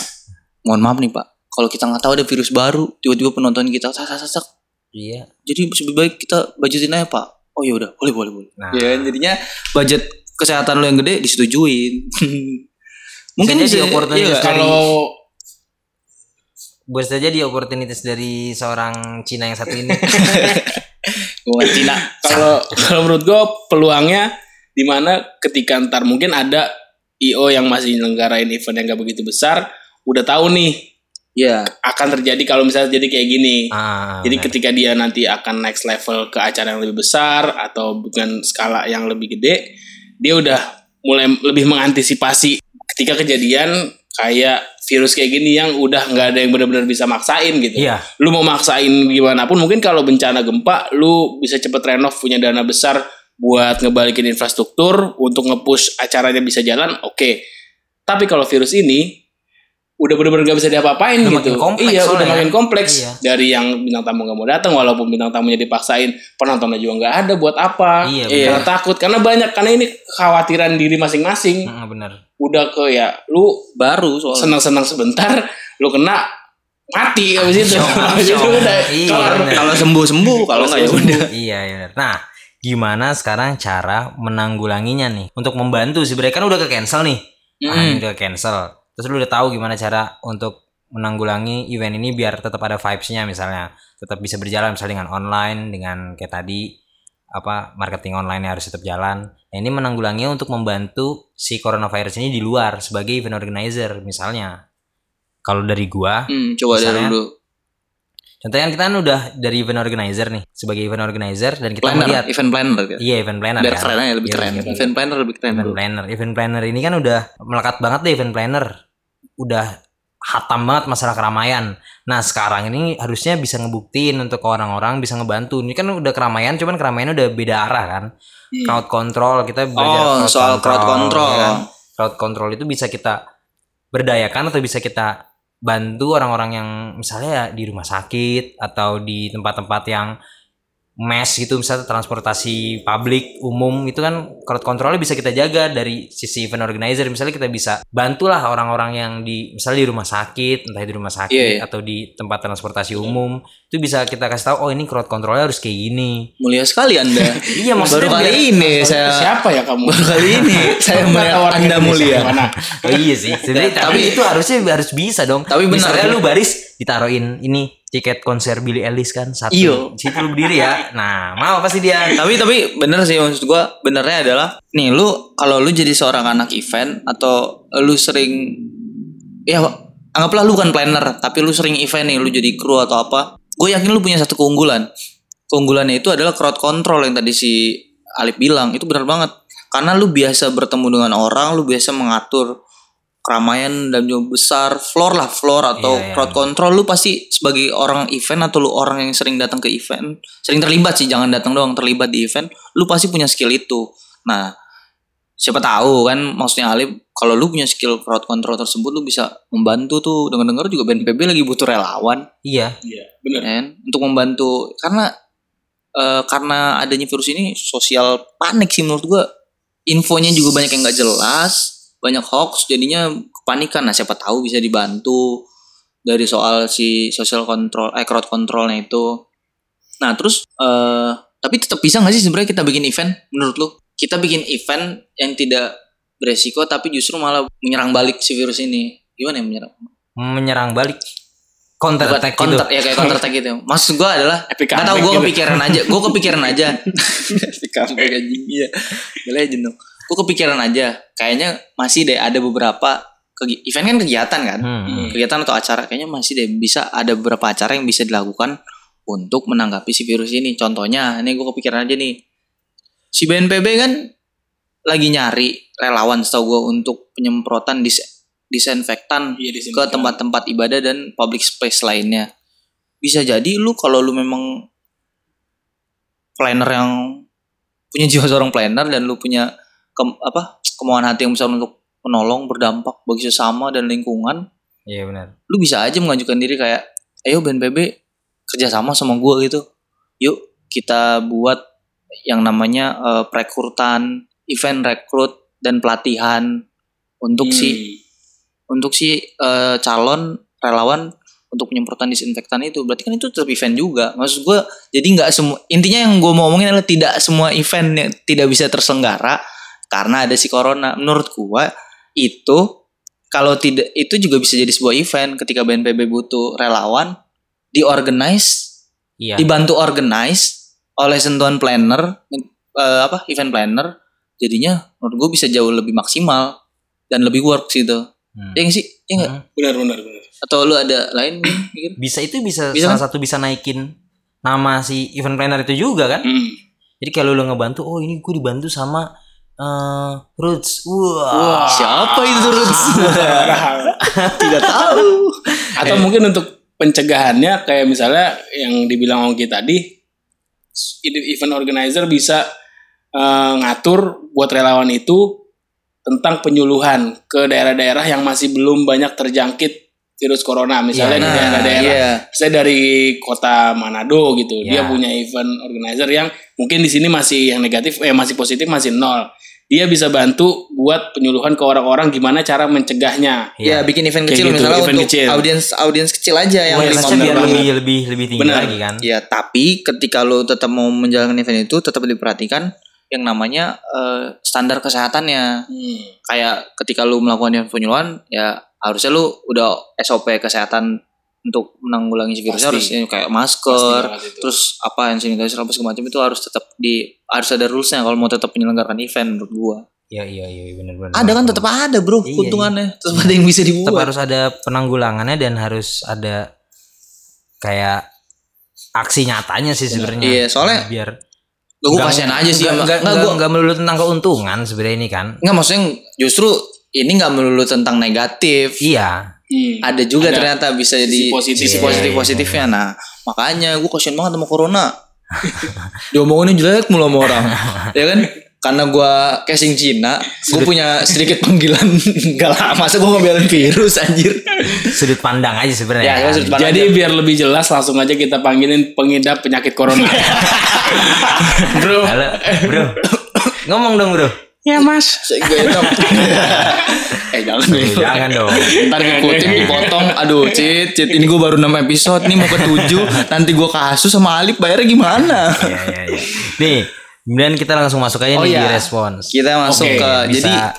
mohon maaf nih pak kalau kita nggak tahu ada virus baru tiba-tiba penonton kita sak sak sak, sak Iya. jadi lebih baik kita budgetin aja pak oh ya udah boleh boleh boleh Nah. ya kan? jadinya budget kesehatan lo yang gede disetujuin [laughs] mungkin Bisa jadi bisa- opportunity iya nggak? kalau Boleh saja di opportunities dari seorang Cina yang satu ini. Bukan [laughs] Cina kalau kalau menurut gue peluangnya di mana ketika ntar mungkin ada IO yang masih nyelenggarain event yang gak begitu besar udah tahu nih ya akan terjadi kalau misalnya jadi kayak gini Ah, jadi benar. ketika dia nanti akan next level ke acara yang lebih besar atau dengan skala yang lebih gede dia udah mulai lebih mengantisipasi ketika kejadian kayak virus kayak gini yang udah nggak ada yang benar-benar bisa maksain gitu Iya. lu mau maksain gimana pun mungkin kalau bencana gempa lu bisa cepet renov punya dana besar buat ngebalikin infrastruktur untuk nge-push acaranya bisa jalan oke tapi kalau virus ini udah bener-bener gak bisa diapa-apain Udah makin gitu kompleks iya udah soalnya. makin kompleks Iya. dari yang bintang tamu gak mau datang walaupun bintang tamunya dipaksain penontonnya juga nggak ada buat apa Iya, karena takut karena banyak karena ini kekhawatiran diri masing-masing Mm, benar. udah ke ya lu baru soalnya senang-senang sebentar lu kena mati habis itu habis itu syok. udah Iya, kelar. bener. kalau sembuh sembuh kalau nggak ya udah Iya, iya. benar. Nah, gimana sekarang cara menanggulanginya nih untuk membantu sebenarnya kan udah ke cancel nih. Ah, Mm. ini udah cancel. terus lu udah tahu gimana cara untuk menanggulangi event ini biar tetap ada vibes-nya misalnya tetap bisa berjalan misalnya dengan online dengan kayak tadi apa marketing online harus tetap jalan nah, ini menanggulangi untuk membantu si coronavirus ini di luar sebagai event organizer misalnya kalau dari gua Hmm, coba dari Misalnya, dulu. contohnya kan kita kan udah dari event organizer nih sebagai event organizer dan kita Planner, melihat event planner gitu. iya event planner Biar kan. keren aja, lebih Iya, keren. event Event planner lebih keren. event dulu. planner event planner ini kan udah melekat banget deh event planner udah hatam banget masalah keramaian nah sekarang ini harusnya bisa ngebuktiin untuk orang-orang bisa ngebantu ini kan udah keramaian cuman keramaian udah beda arah kan crowd control kita belajar Oh, soal crowd control. ya kan? crowd control itu bisa kita berdayakan atau bisa kita bantu orang-orang yang misalnya di rumah sakit atau di tempat-tempat yang mass gitu misalnya transportasi publik umum itu kan crowd controlnya bisa kita jaga dari sisi event organizer misalnya kita bisa bantulah orang-orang yang di misalnya di rumah sakit entah di rumah sakit Iya, iya. atau di tempat transportasi umum itu bisa kita kasih tahu oh ini crowd controlnya harus kayak gini Mulia sekali Anda. [laughs] iya Baru maksudnya biar- kali ini saya Siapa ya kamu? baru kali ini saya Kamu nggak melihat tahu orang Anda Indonesia mulia. gimana? Oh iya sih. Sebenarnya Ya, tapi, tapi- itu harusnya harus bisa dong. Tapi benar, Misalnya ya. lu baris ditaruhin ini tiket konser Billy Ellis kan satu. Iya. Situ lu berdiri ya. Nah, mau pasti dia. tapi tapi bener sih maksud gua benernya adalah nih lu kalau lu jadi seorang anak event atau lu sering ya anggaplah lu bukan planner tapi lu sering event nih lu jadi kru atau apa gue yakin lu punya satu keunggulan keunggulannya itu adalah crowd control yang tadi si Alip bilang itu benar banget karena lu biasa bertemu dengan orang lu biasa mengatur keramaian dan jumlah besar floor lah floor atau Iya, iya. crowd control lu pasti sebagai orang event atau lu orang yang sering datang ke event sering terlibat sih jangan datang doang terlibat di event lu pasti punya skill itu nah siapa tahu kan maksudnya Alif kalau lu punya skill crowd control tersebut lu bisa membantu tuh dengar dengar juga BNPB lagi butuh relawan Iya. Iya, bener. kan untuk membantu karena eh, karena adanya virus ini sosial panik sih menurut gua infonya juga banyak yang nggak jelas banyak hoax jadinya kepanikan nah siapa tahu bisa dibantu dari soal si social control eh crowd controlnya itu nah terus eh tapi tetap bisa nggak sih sebenarnya kita bikin event menurut lu kita bikin event yang tidak beresiko tapi justru malah menyerang balik si virus ini gimana yang menyerang Menyerang balik. Counter Bukan, attack counter gitu. ya kayak counter attack gitu maksud gue adalah Epic nggak tahu comeback gue gitu. kepikiran aja gue kepikiran [laughs] aja Epic comeback anjing iya boleh aja dong gue kepikiran aja kayaknya masih deh ada beberapa kegi- event kan kegiatan kan Hmm. kegiatan atau acara kayaknya masih deh bisa ada beberapa acara yang bisa dilakukan untuk menanggapi si virus ini contohnya ini gue kepikiran aja nih si BNPB kan lagi nyari relawan setahu gue untuk penyemprotan dis- disinfektan Iya, di sini. ke tempat-tempat ibadah dan public space lainnya. Bisa jadi lu kalau lu memang planner yang punya jiwa seorang planner dan lu punya kem- apa kemauan hati yang besar untuk menolong berdampak bagi sesama dan lingkungan, Iya benar. lu bisa aja mengajukan diri kayak ayo BNPB kerjasama sama gua gitu. Yuk kita buat yang namanya eh, perekrutan, event rekrut dan pelatihan untuk si untuk si eh, calon relawan untuk penyemprotan disinfektan itu berarti kan itu tetap event juga maksud gue jadi nggak semua intinya yang gue mau ngomongin adalah tidak semua event yang tidak bisa terselenggara karena ada si corona menurut gue itu kalau tidak itu juga bisa jadi sebuah event ketika BNPB butuh relawan diorganize Iya. dibantu organize oleh sentuhan planner eh, apa event planner jadinya menurut gue bisa jauh lebih maksimal dan lebih works gitu Hmm. Iya gak sih? Iya gak? Hmm. Benar, benar, benar. Atau lu ada [clears throat] lain mikir? Bisa itu bisa, kan? Bisa salah satu bisa naikin nama si event planner itu juga kan. Hmm. Jadi kalau lu ngebantu, oh ini gue dibantu sama eh Roots. Wah. Siapa itu Ruts? Tidak tahu. Atau mungkin untuk pencegahannya kayak misalnya yang dibilang Ongki tadi event organizer bisa eh, ngatur buat relawan itu tentang penyuluhan ke daerah-daerah yang masih belum banyak terjangkit virus corona misalnya di daerah-daerah iya. saya dari kota Manado gitu. Ya. Dia punya event organizer yang mungkin di sini masih yang negatif eh masih positif masih nol. Dia bisa bantu buat penyuluhan ke orang-orang gimana cara mencegahnya. Ya Iya. bikin event Kayak kecil gitu, misalnya event untuk kecil. audiens audiens kecil aja yang Iya, lima Awareness-nya menit. biar bener lebih banget. lebih lebih tinggi Benar. lagi kan. Ya tapi ketika lu tetap mau menjalankan event itu tetap diperhatikan yang namanya eh, standar kesehatannya. Hmm. Kayak ketika lu melakukan event penyuluhan ya harusnya lu udah SOP kesehatan untuk menanggulangi virusnya harus Pasti. ya, kayak masker banget itu. terus apa hand sanitizer apa segala macam itu harus tetap di harus ada rulesnya kalau mau tetap menyelenggarakan event menurut gua Iya iya iya benar-benar. ada kan tetap ada bro Iya, keuntungannya tetap ada yang bisa dibuat tetap harus ada penanggulangannya dan harus ada kayak aksi nyatanya sih sebenarnya. Nah, Iya, soalnya biar Gak gue kasihan aja sih sama- Enggak Nggak, gua- melulu tentang keuntungan sebenarnya ini kan. Nggak maksudnya justru ini nggak melulu tentang negatif. Iya. Hmm. Ada juga Ada ternyata bisa jadi sisi positif. sisi Iya, positif iya, positifnya. Nah makanya gue kasihan banget sama [laughs] corona. Diomonginnya jelek mulu sama orang, ya kan? Karena gue casing Cina, gue punya sedikit panggilan [laughs] gak lama. Masa gue ngebelain virus anjir? Sudut pandang aja sebenarnya. ya, kan. sudut pandang Nah, Jadi biar lebih jelas langsung aja kita panggilin pengidap [laughs] penyakit corona. Bro. Halo, Bro. Ngomong dong, Bro. Ya mas. Saya nggak [laughs] enak. eh jangan deh. Iya. Jangan [laughs] dong. Ntar ngikutin dipotong Aduh Cit Cit ini gue baru 6 episode Ini mau ke 7 Nanti gue kasus sama Alif Bayarnya gimana Iya, iya, iya. Nih, kemudian kita langsung masuk Oh aja nih di iya. respons. Kita masuk Oke, ke Jadi Bisa-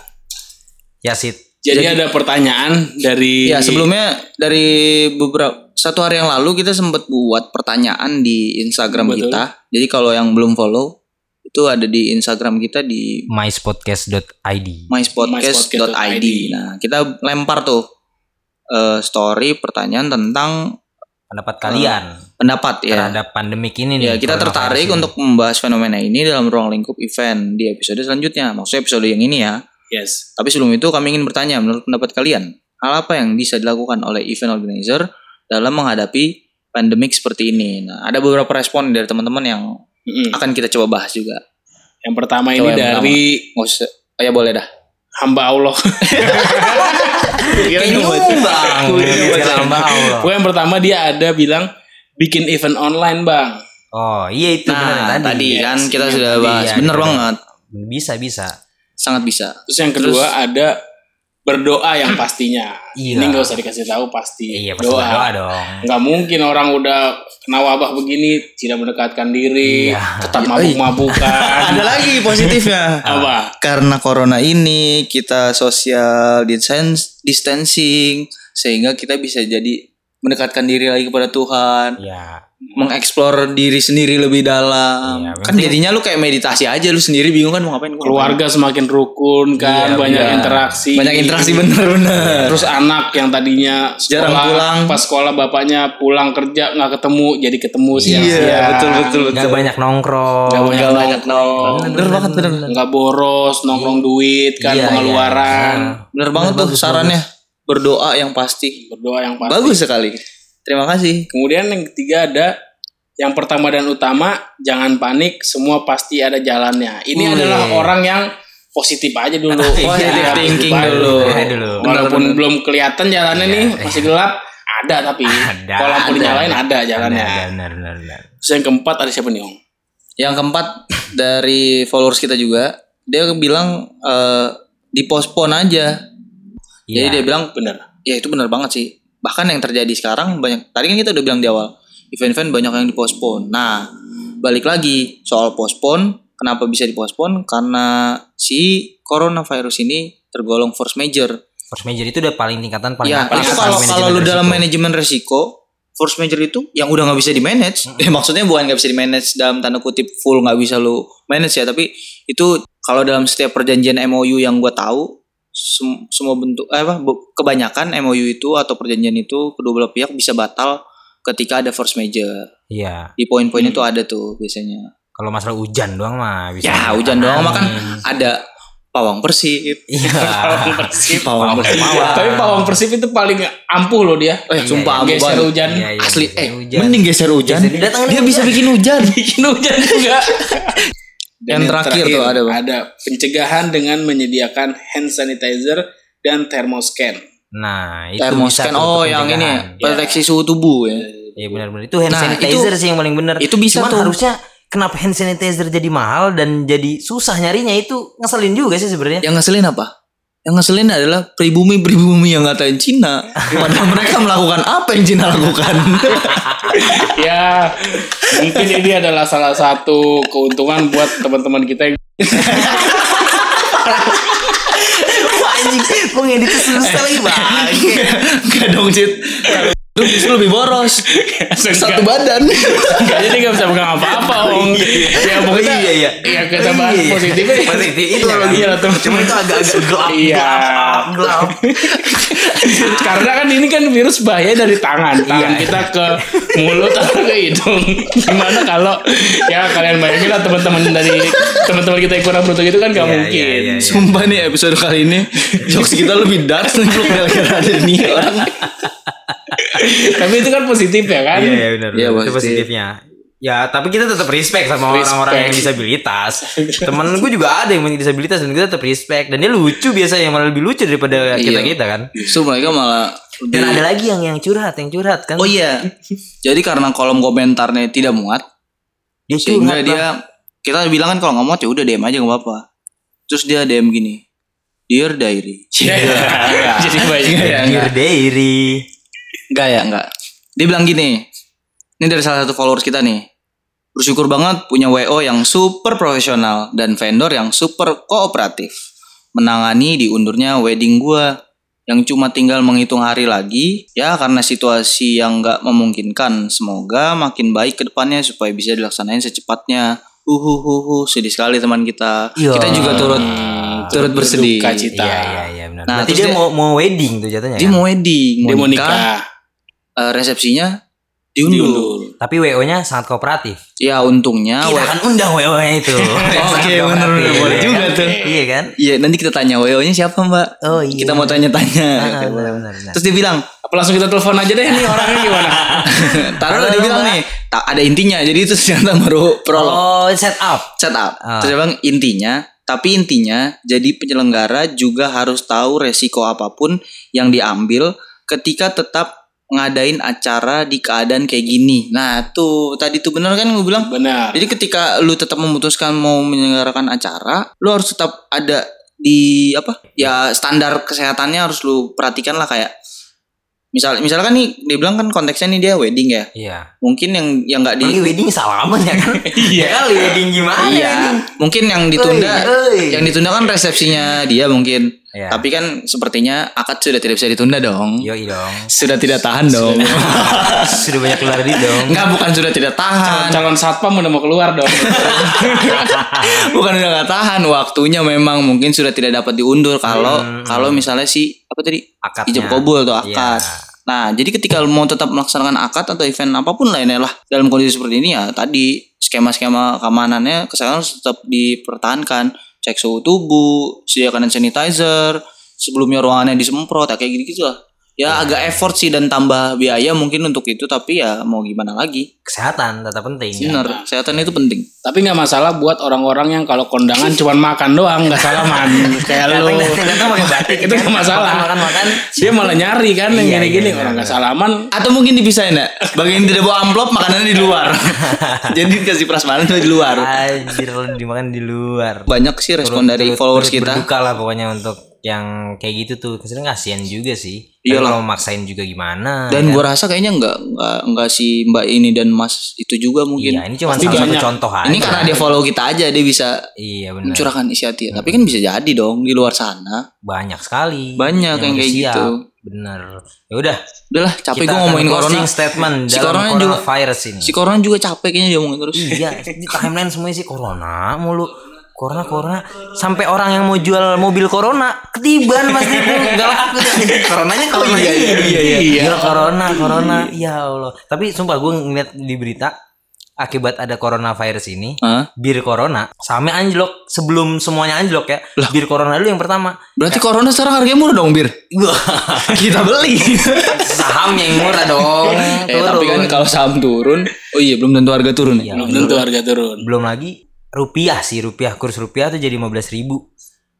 ya Sid. Jadi, ada pertanyaan dari ya sebelumnya Dari beberapa Satu hari yang lalu Kita sempat buat pertanyaan Di Instagram Betul. kita Jadi kalau yang belum follow Itu ada di Instagram kita Di myspodcast.id. myspodcast.id Nah kita lempar tuh eh, Story pertanyaan tentang Pendapat kalian Pendapat ya terhadap pandemik ini nih. Ya, kita tertarik coronavirus ini. [laughs] Iya, untuk membahas fenomena ini dalam ruang lingkup event di episode selanjutnya. Maksudnya episode yang ini ya. Yes. Tapi sebelum itu kami ingin bertanya menurut pendapat kalian, hal apa yang bisa dilakukan oleh event organizer dalam menghadapi pandemik seperti ini? Nah, ada beberapa respon dari teman-teman yang Mm-mm. akan kita coba bahas juga. Yang pertama Ah. ini Coba yang dari Nggak usah- Oh, ya boleh dah. hamba Allah. [laughs] Kayak nyumbang. Kayak nyumbang, Allah. Gue yang pertama dia ada bilang bikin event online bang. Oh, iya itu benar Nah, tadi, Yes, kan kita yang sudah tadi, bahas. ya, Bener kita- banget. Bisa, bisa. Sangat bisa. Terus yang kedua ada berdoa yang pastinya. Iya. Ini nggak usah dikasih tahu pasti. Iya, pasti doa, dong. Nggak mungkin orang udah kena wabah begini tidak mendekatkan diri, Iya. tetap mabuk-mabukan. [laughs] Ada lagi positifnya. Apa? Iya, karena corona ini kita social distance- distancing sehingga kita bisa jadi mendekatkan diri lagi kepada Tuhan, Iya. mengeksplor diri sendiri lebih dalam. Iya, kan jadinya lu kayak meditasi aja lu sendiri bingung kan mau ngapain gua ngapain. Keluarga semakin rukun kan, Iya, banyak iya. interaksi. Banyak interaksi bener-bener. Terus anak yang tadinya sekolah, Jarang pulang. pas sekolah bapaknya pulang kerja nggak ketemu, jadi ketemu Iya, siang-siang. betul betul Nggak betul. banyak nongkrong. Nggak banyak Nggak banyak nong. Bener, Bener bener, banget bener. bener. nggak boros, nongkrong duit kan, Iya, iya. pengeluaran, Nah, Bener banget tuh bagus, sarannya. Berdoa yang pasti. berdoa yang pasti. Bagus sekali. Terima kasih. Kemudian yang ketiga ada yang pertama dan utama jangan panik, semua pasti ada jalannya. Ini Wih. adalah orang yang positif aja [laughs] dulu. Positive Iya, thinking positif aja dulu. Positif dulu. Walaupun belum kelihatan jalannya nih, masih gelap, ada tapi Ada, kalau lampu ada. dinyalain ada Iya kan jalannya. ya? Benar, benar, benar, benar. Terus yang keempat ada siapa nih, Om? Yang keempat dari followers kita juga, dia bilang eh dipospon aja. Jadi Iya. dia bilang Bener. ya itu benar banget sih. Bahkan yang terjadi sekarang banyak. Tadi kan kita udah bilang di awal, event-event banyak yang dipospon. Nah, balik lagi soal postpone, kenapa bisa dipospon? Karena si coronavirus ini tergolong force major. Force major itu udah paling tingkatan paling ya, atas itu dalam kalau kalau lu manajemen dalam risiko. manajemen resiko, force major itu yang udah nggak bisa di manage. [laughs] maksudnya bukan nggak bisa di manage dalam tanda kutip full nggak bisa lu manage ya, tapi itu kalau dalam setiap perjanjian MOU yang gua tahu sem- semua bentuk eh, apa bu- kebanyakan MOU itu atau perjanjian itu kedua belah pihak bisa batal ketika ada force major. Iya. Di poin-poin itu ada tuh biasanya. Kalau masalah hujan doang mah bisa. Ya, hujan doang mah kan Angin. ada pawang persib. Iya. [laughs] Persib. Pawang persib. Tapi Pawang Persib itu paling ampuh loh dia. Eh, sumpah ampuh geser banget. hujan. Iya, iya, Asli geser eh hujan. mending geser hujan. Geser- datang dia hujan. bisa bikin [laughs] hujan. bikin hujan juga. Dan Yang terakhir tuh ada, Bang. ada pencegahan dengan menyediakan hand sanitizer dan thermoscan. Nah, itu bisa Termoskan tuh oh untuk yang ini ya, pencegahan. proteksi suhu tubuh ya. Iya benar-benar itu hand Nah, sanitizer itu- sih yang paling benar. itu bisa Cuman tuh. harusnya kenapa hand sanitizer jadi mahal dan jadi susah nyarinya itu ngeselin juga sih sebenarnya. Yang ngeselin apa? Yang ngeselin adalah pribumi-pribumi yang ngatain Cina. [laughs] Padahal mereka melakukan apa yang Cina [laughs] lakukan. ya, mungkin ini adalah salah satu keuntungan buat teman-teman kita yang anjing mau ngedit susah lagi bangke Gak dong Cid lu justru lebih boros satu Enggak. badan Gak, Jadi gak bisa pegang apa-apa om Ya pokoknya Oh, iya, iya. Ya kita bahas Iya. positifnya Positif itu Iya, kan? lagi. iya, tuh. Cuma itu agak-agak gelap, Iya. gelap, gelap. Karena kan ini kan virus bahaya dari tangan Tangan kita ke mulut atau ke hidung Gimana kalau Ya kalian bayangin lah teman-teman dari Teman-teman kita yang kurang beruntung itu kan gak Iya, mungkin iya, iya, iya. Sumpah nih episode kali ini jokes kita lebih dark nih lu gara-gara ada nih orang. Tapi itu kan positif ya kan Iya iya benar. Iya, itu positif. positifnya. Ya tapi kita tetap respect sama Respect. orang-orang yang disabilitas. Temen gue juga ada yang punya disabilitas dan kita tetap respect. Dan dia lucu biasanya malah lebih lucu daripada kita kita kan. Justru mereka malah Dan ada lagi yang yang curhat, yang curhat kan. Oh iya. Jadi karena kolom komentarnya tidak muat, dia sehingga curhat dia [laughs] dia. kita bilang kan kalau nggak muat ya udah DM aja nggak apa-apa. Terus dia DM gini. Dear Diary. [laughs] [laughs] Jadi Iya, banyak Dear Diary. Enggak ya, enggak. Dia bilang gini. Ini dari salah satu followers kita nih. Bersyukur banget punya WO yang super profesional dan vendor yang super kooperatif. Menangani diundurnya wedding gua yang cuma tinggal menghitung hari lagi ya karena situasi yang nggak memungkinkan. Semoga makin baik ke depannya supaya bisa dilaksanain secepatnya. Uhuhuhu, sedih sekali teman kita. Iya. Kita juga turut turut bersedih. Duka cita Iya iya iya benar. Nah, Berarti terus dia, dia- mau mau wedding tuh jatuhnya. Dia kan? mau wedding, Dia mau nikah, nikah eh, resepsinya diundur. Diundur Tapi WO-nya sangat kooperatif. Ya untungnya Kita Weo- akan undang WO-nya itu. [laughs] Sangat bener, kooperatif. bener, boleh juga Iya, tuh. Iya kan? Iya nanti kita tanya WO nya siapa mbak Oh, iya. Kita mau tanya-tanya Ah, Oke, benar, boleh. benar, benar. Terus dia bilang [laughs] Apa langsung kita telepon aja deh ini orangnya gimana Taruh lah dia bilang nih tak Ada intinya Jadi itu ternyata baru prolog Oh, set up. Set up Ah. Terus dia bilang intinya Tapi intinya Jadi penyelenggara juga harus tahu resiko apapun Yang diambil Ketika tetap ngadain acara di keadaan kayak gini Nah tuh Tadi tuh bener kan gue bilang [laughs] Benar Jadi ketika lu tetap memutuskan mau menyelenggarakan acara, lu harus tetap ada di apa? Ya standar kesehatannya harus lu perhatikan lah kayak misal misalkan nih dia bilang kan konteksnya nih dia wedding ya. Iya. Mungkin yang yang nggak di Ini wedding salaman ya [laughs] kan? Iya kali wedding gimana? Iya, mungkin yang ditunda Oi, oi. yang ditunda kan resepsinya dia mungkin. Iya. Tapi kan sepertinya akad sudah tidak bisa ditunda dong. Yo dong. Iya. Sudah tidak tahan dong. Sudah banyak keluar di dong. [laughs] Enggak bukan sudah tidak tahan. calon satpam udah mau keluar dong Bukan udah gak tahan waktunya memang mungkin sudah tidak dapat diundur kalau kalau misalnya si apa tadi Hmm. Akadnya. ijab kabul atau akad. Iya. Nah, jadi ketika lu mau tetap melaksanakan akad atau event apapun lainnya lah dalam kondisi seperti ini ya tadi skema-skema keamanannya kesehatan harus tetap dipertahankan, cek suhu tubuh, sediakan hand sanitizer, sebelumnya ruangannya disemprot ya, kayak gitu-gitu lah. Iya. Ya agak effort sih dan tambah biaya mungkin untuk itu tapi ya mau gimana lagi. Kesehatan tetap penting. Benar, kesehatan itu penting. Tapi nggak masalah buat orang-orang yang kalau kondangan cuman makan doang nggak salaman kayak lu. Datang-datang pakai batik. kan? Itu nggak masalah. Makan makan. Dia malah nyari kan yang Iya, gini-gini iya, orang iya, nggak salaman. Atau mungkin dipisahin ya Bagian yang tidak bawa amplop makanannya di [laughs] luar Jadi dikasih prasmanan cuma di luar Anjir lu dimakan di luar. Banyak sih respon dari Turut- followers turut kita Berduka lah pokoknya untuk yang kayak gitu tuh. Kesannya kasihan juga sih. Tapi Iyalah. Kalau maksain juga gimana? ya? Dan gua rasa kayaknya nggak nggak nggak si mbak ini dan mas itu juga mungkin Iya, ini cuma Pasti salah satu banyak. contoh aja. Ini karena dia follow kita aja dia bisa Iya benar. mencurahkan isi hati Tapi kan bisa jadi dong di luar sana Banyak sekali. Banyak yang udah kayak siap. gitu. Bener. Ya udah. Udahlah capek kita gua akan ngomongin closing corona statement Si dalam corona juga- coronavirus ini. Si corona juga capek kayaknya dia ngomongin terus Iya, di timeline semuanya sih corona mulu. Corona, corona. Sampai orang yang mau jual mobil corona ketiban pasti itu enggak laku. Coronanya kalau iya, iya, iya, Gila, corona, corona. Ya Allah. Tapi sumpah gue ngeliat di berita akibat ada coronavirus ini, Hah? bir corona sama anjlok sebelum semuanya anjlok ya. Bir corona dulu yang pertama. Berarti corona sekarang harganya murah dong Bir [laughs] Kita [laughs] beli Saham yang murah dong. Eh, tapi kan turun. kalau saham turun Oh iya belum tentu harga turun ya Belum tentu harga turun. belum lagi rupiah sih rupiah kurs rupiah tuh jadi 15.000 ribu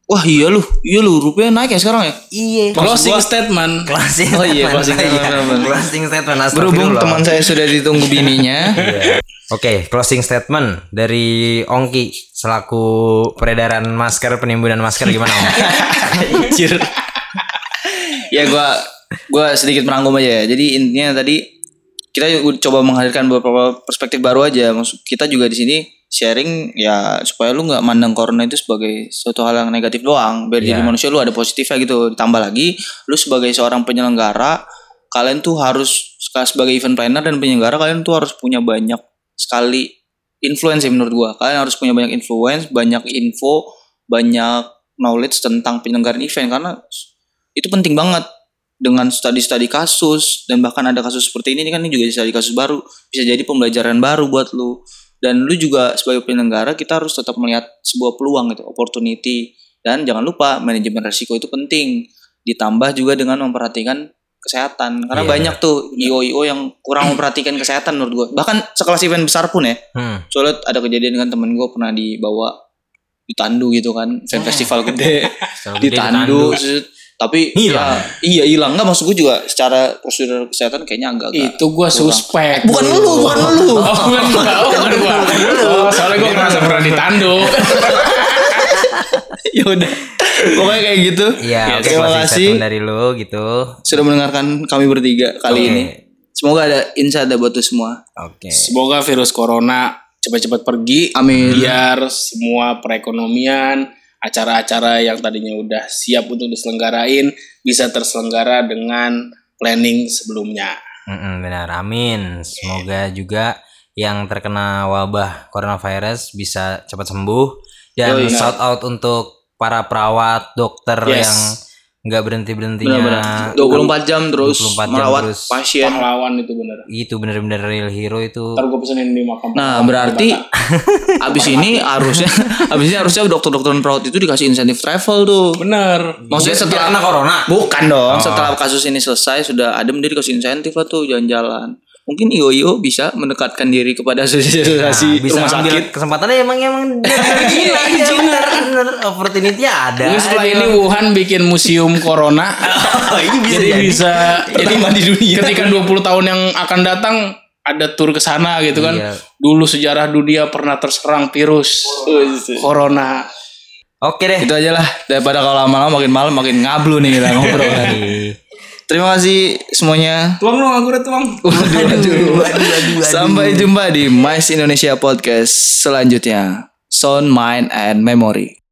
Wah iya lu, iya lu rupiah naik ya sekarang ya. iya Closing statement. closing Oh iya, statement. closing Iya, statement. closing statement Berhubung astagfirullah. teman saya sudah ditunggu bininya. [laughs] oke closing statement dari Ongki selaku peredaran masker penimbunan masker gimana Om? Anjir. ya gua gua sedikit merangkum aja ya. Jadi intinya tadi kita coba menghadirkan beberapa perspektif baru aja. Maksud kita juga di sini sharing ya supaya lu nggak mandang corona itu sebagai suatu hal yang negatif doang biar jadi Iya. manusia lu ada positifnya gitu ditambah lagi lu sebagai seorang penyelenggara kalian tuh harus sebagai event planner dan penyelenggara kalian tuh harus punya banyak sekali influence ya menurut gua kalian harus punya banyak influence banyak info banyak knowledge tentang penyelenggaraan event karena itu penting banget dengan studi-studi kasus dan bahkan ada kasus seperti ini ini kan ini juga studi kasus baru bisa jadi pembelajaran baru buat lu dan lu juga sebagai penyelenggara kita harus tetap melihat sebuah peluang itu opportunity dan jangan lupa manajemen resiko itu penting ditambah juga dengan memperhatikan kesehatan karena Iya, banyak tuh IO IO yang kurang memperhatikan kesehatan menurut gua bahkan sekelas event besar pun ya Hmm. soalnya ada kejadian kan temen gue pernah dibawa ditandu gitu kan fan festival gede Selalu gede ditandu Iya, terus- tapi Hilang. ya, iya hilang nggak maksud gue juga secara prosedur kesehatan kayaknya agak agak Itu gua suspek. bukan dulu. lu bukan lu Oh, bukan gua. Oh, bukan gua. Oh, soalnya gua merasa pernah ditanduk. ya udah pokoknya kayak gitu Iya, Ya, oke terima closing kasih statement dari lu gitu. sudah mendengarkan kami bertiga kali Oke. ini semoga ada insight ada buat lu semua Oke. Semoga virus corona cepat-cepat pergi. amin Biar semua perekonomian, acara-acara yang tadinya udah siap untuk diselenggarain bisa terselenggara dengan planning sebelumnya. Mm-mm, benar, Iya, amin. Semoga juga yang terkena wabah coronavirus bisa cepat sembuh dan Yoi. shout out untuk para perawat, dokter Yes. yang nggak berhenti berhentinya. benar-benar 24 jam terus 24 jam merawat terus. pasien Nah, Pahlawan itu bener. Itu bener-bener real hero itu. Ntar gue pesenin di makam. Nah berarti [laughs] abis ini harusnya [laughs] abis ini harusnya dokter-dokter dan perawat itu dikasih insentif travel tuh. bener. Maksudnya Dia setelah kena corona. Oh. Bukan dong. Setelah kasus ini selesai sudah ada mending dikasih insentif lah tuh jalan-jalan. Mungkin IOIO bisa mendekatkan diri kepada asosiasi Nah, bisa rumah sakit. ambil Iya, kesempatannya emang [laughs] emang gila bener bener opportunity ada Mungkin setelah ini Wuhan bikin museum [laughs] corona. jadi, Oh, bisa jadi di dunia. Ketika 20 tahun yang akan datang ada tur ke sana gitu kan. Iya. Dulu sejarah dunia pernah terserang virus iya. corona. oke deh Itu aja lah daripada kalau lama-lama makin malam makin ngablu nih kita ngobrol. Terima kasih semuanya. Tuang dong aku udah tuang. Sampai jumpa di Mice Indonesia Podcast selanjutnya. Sound, Mind, and Memory.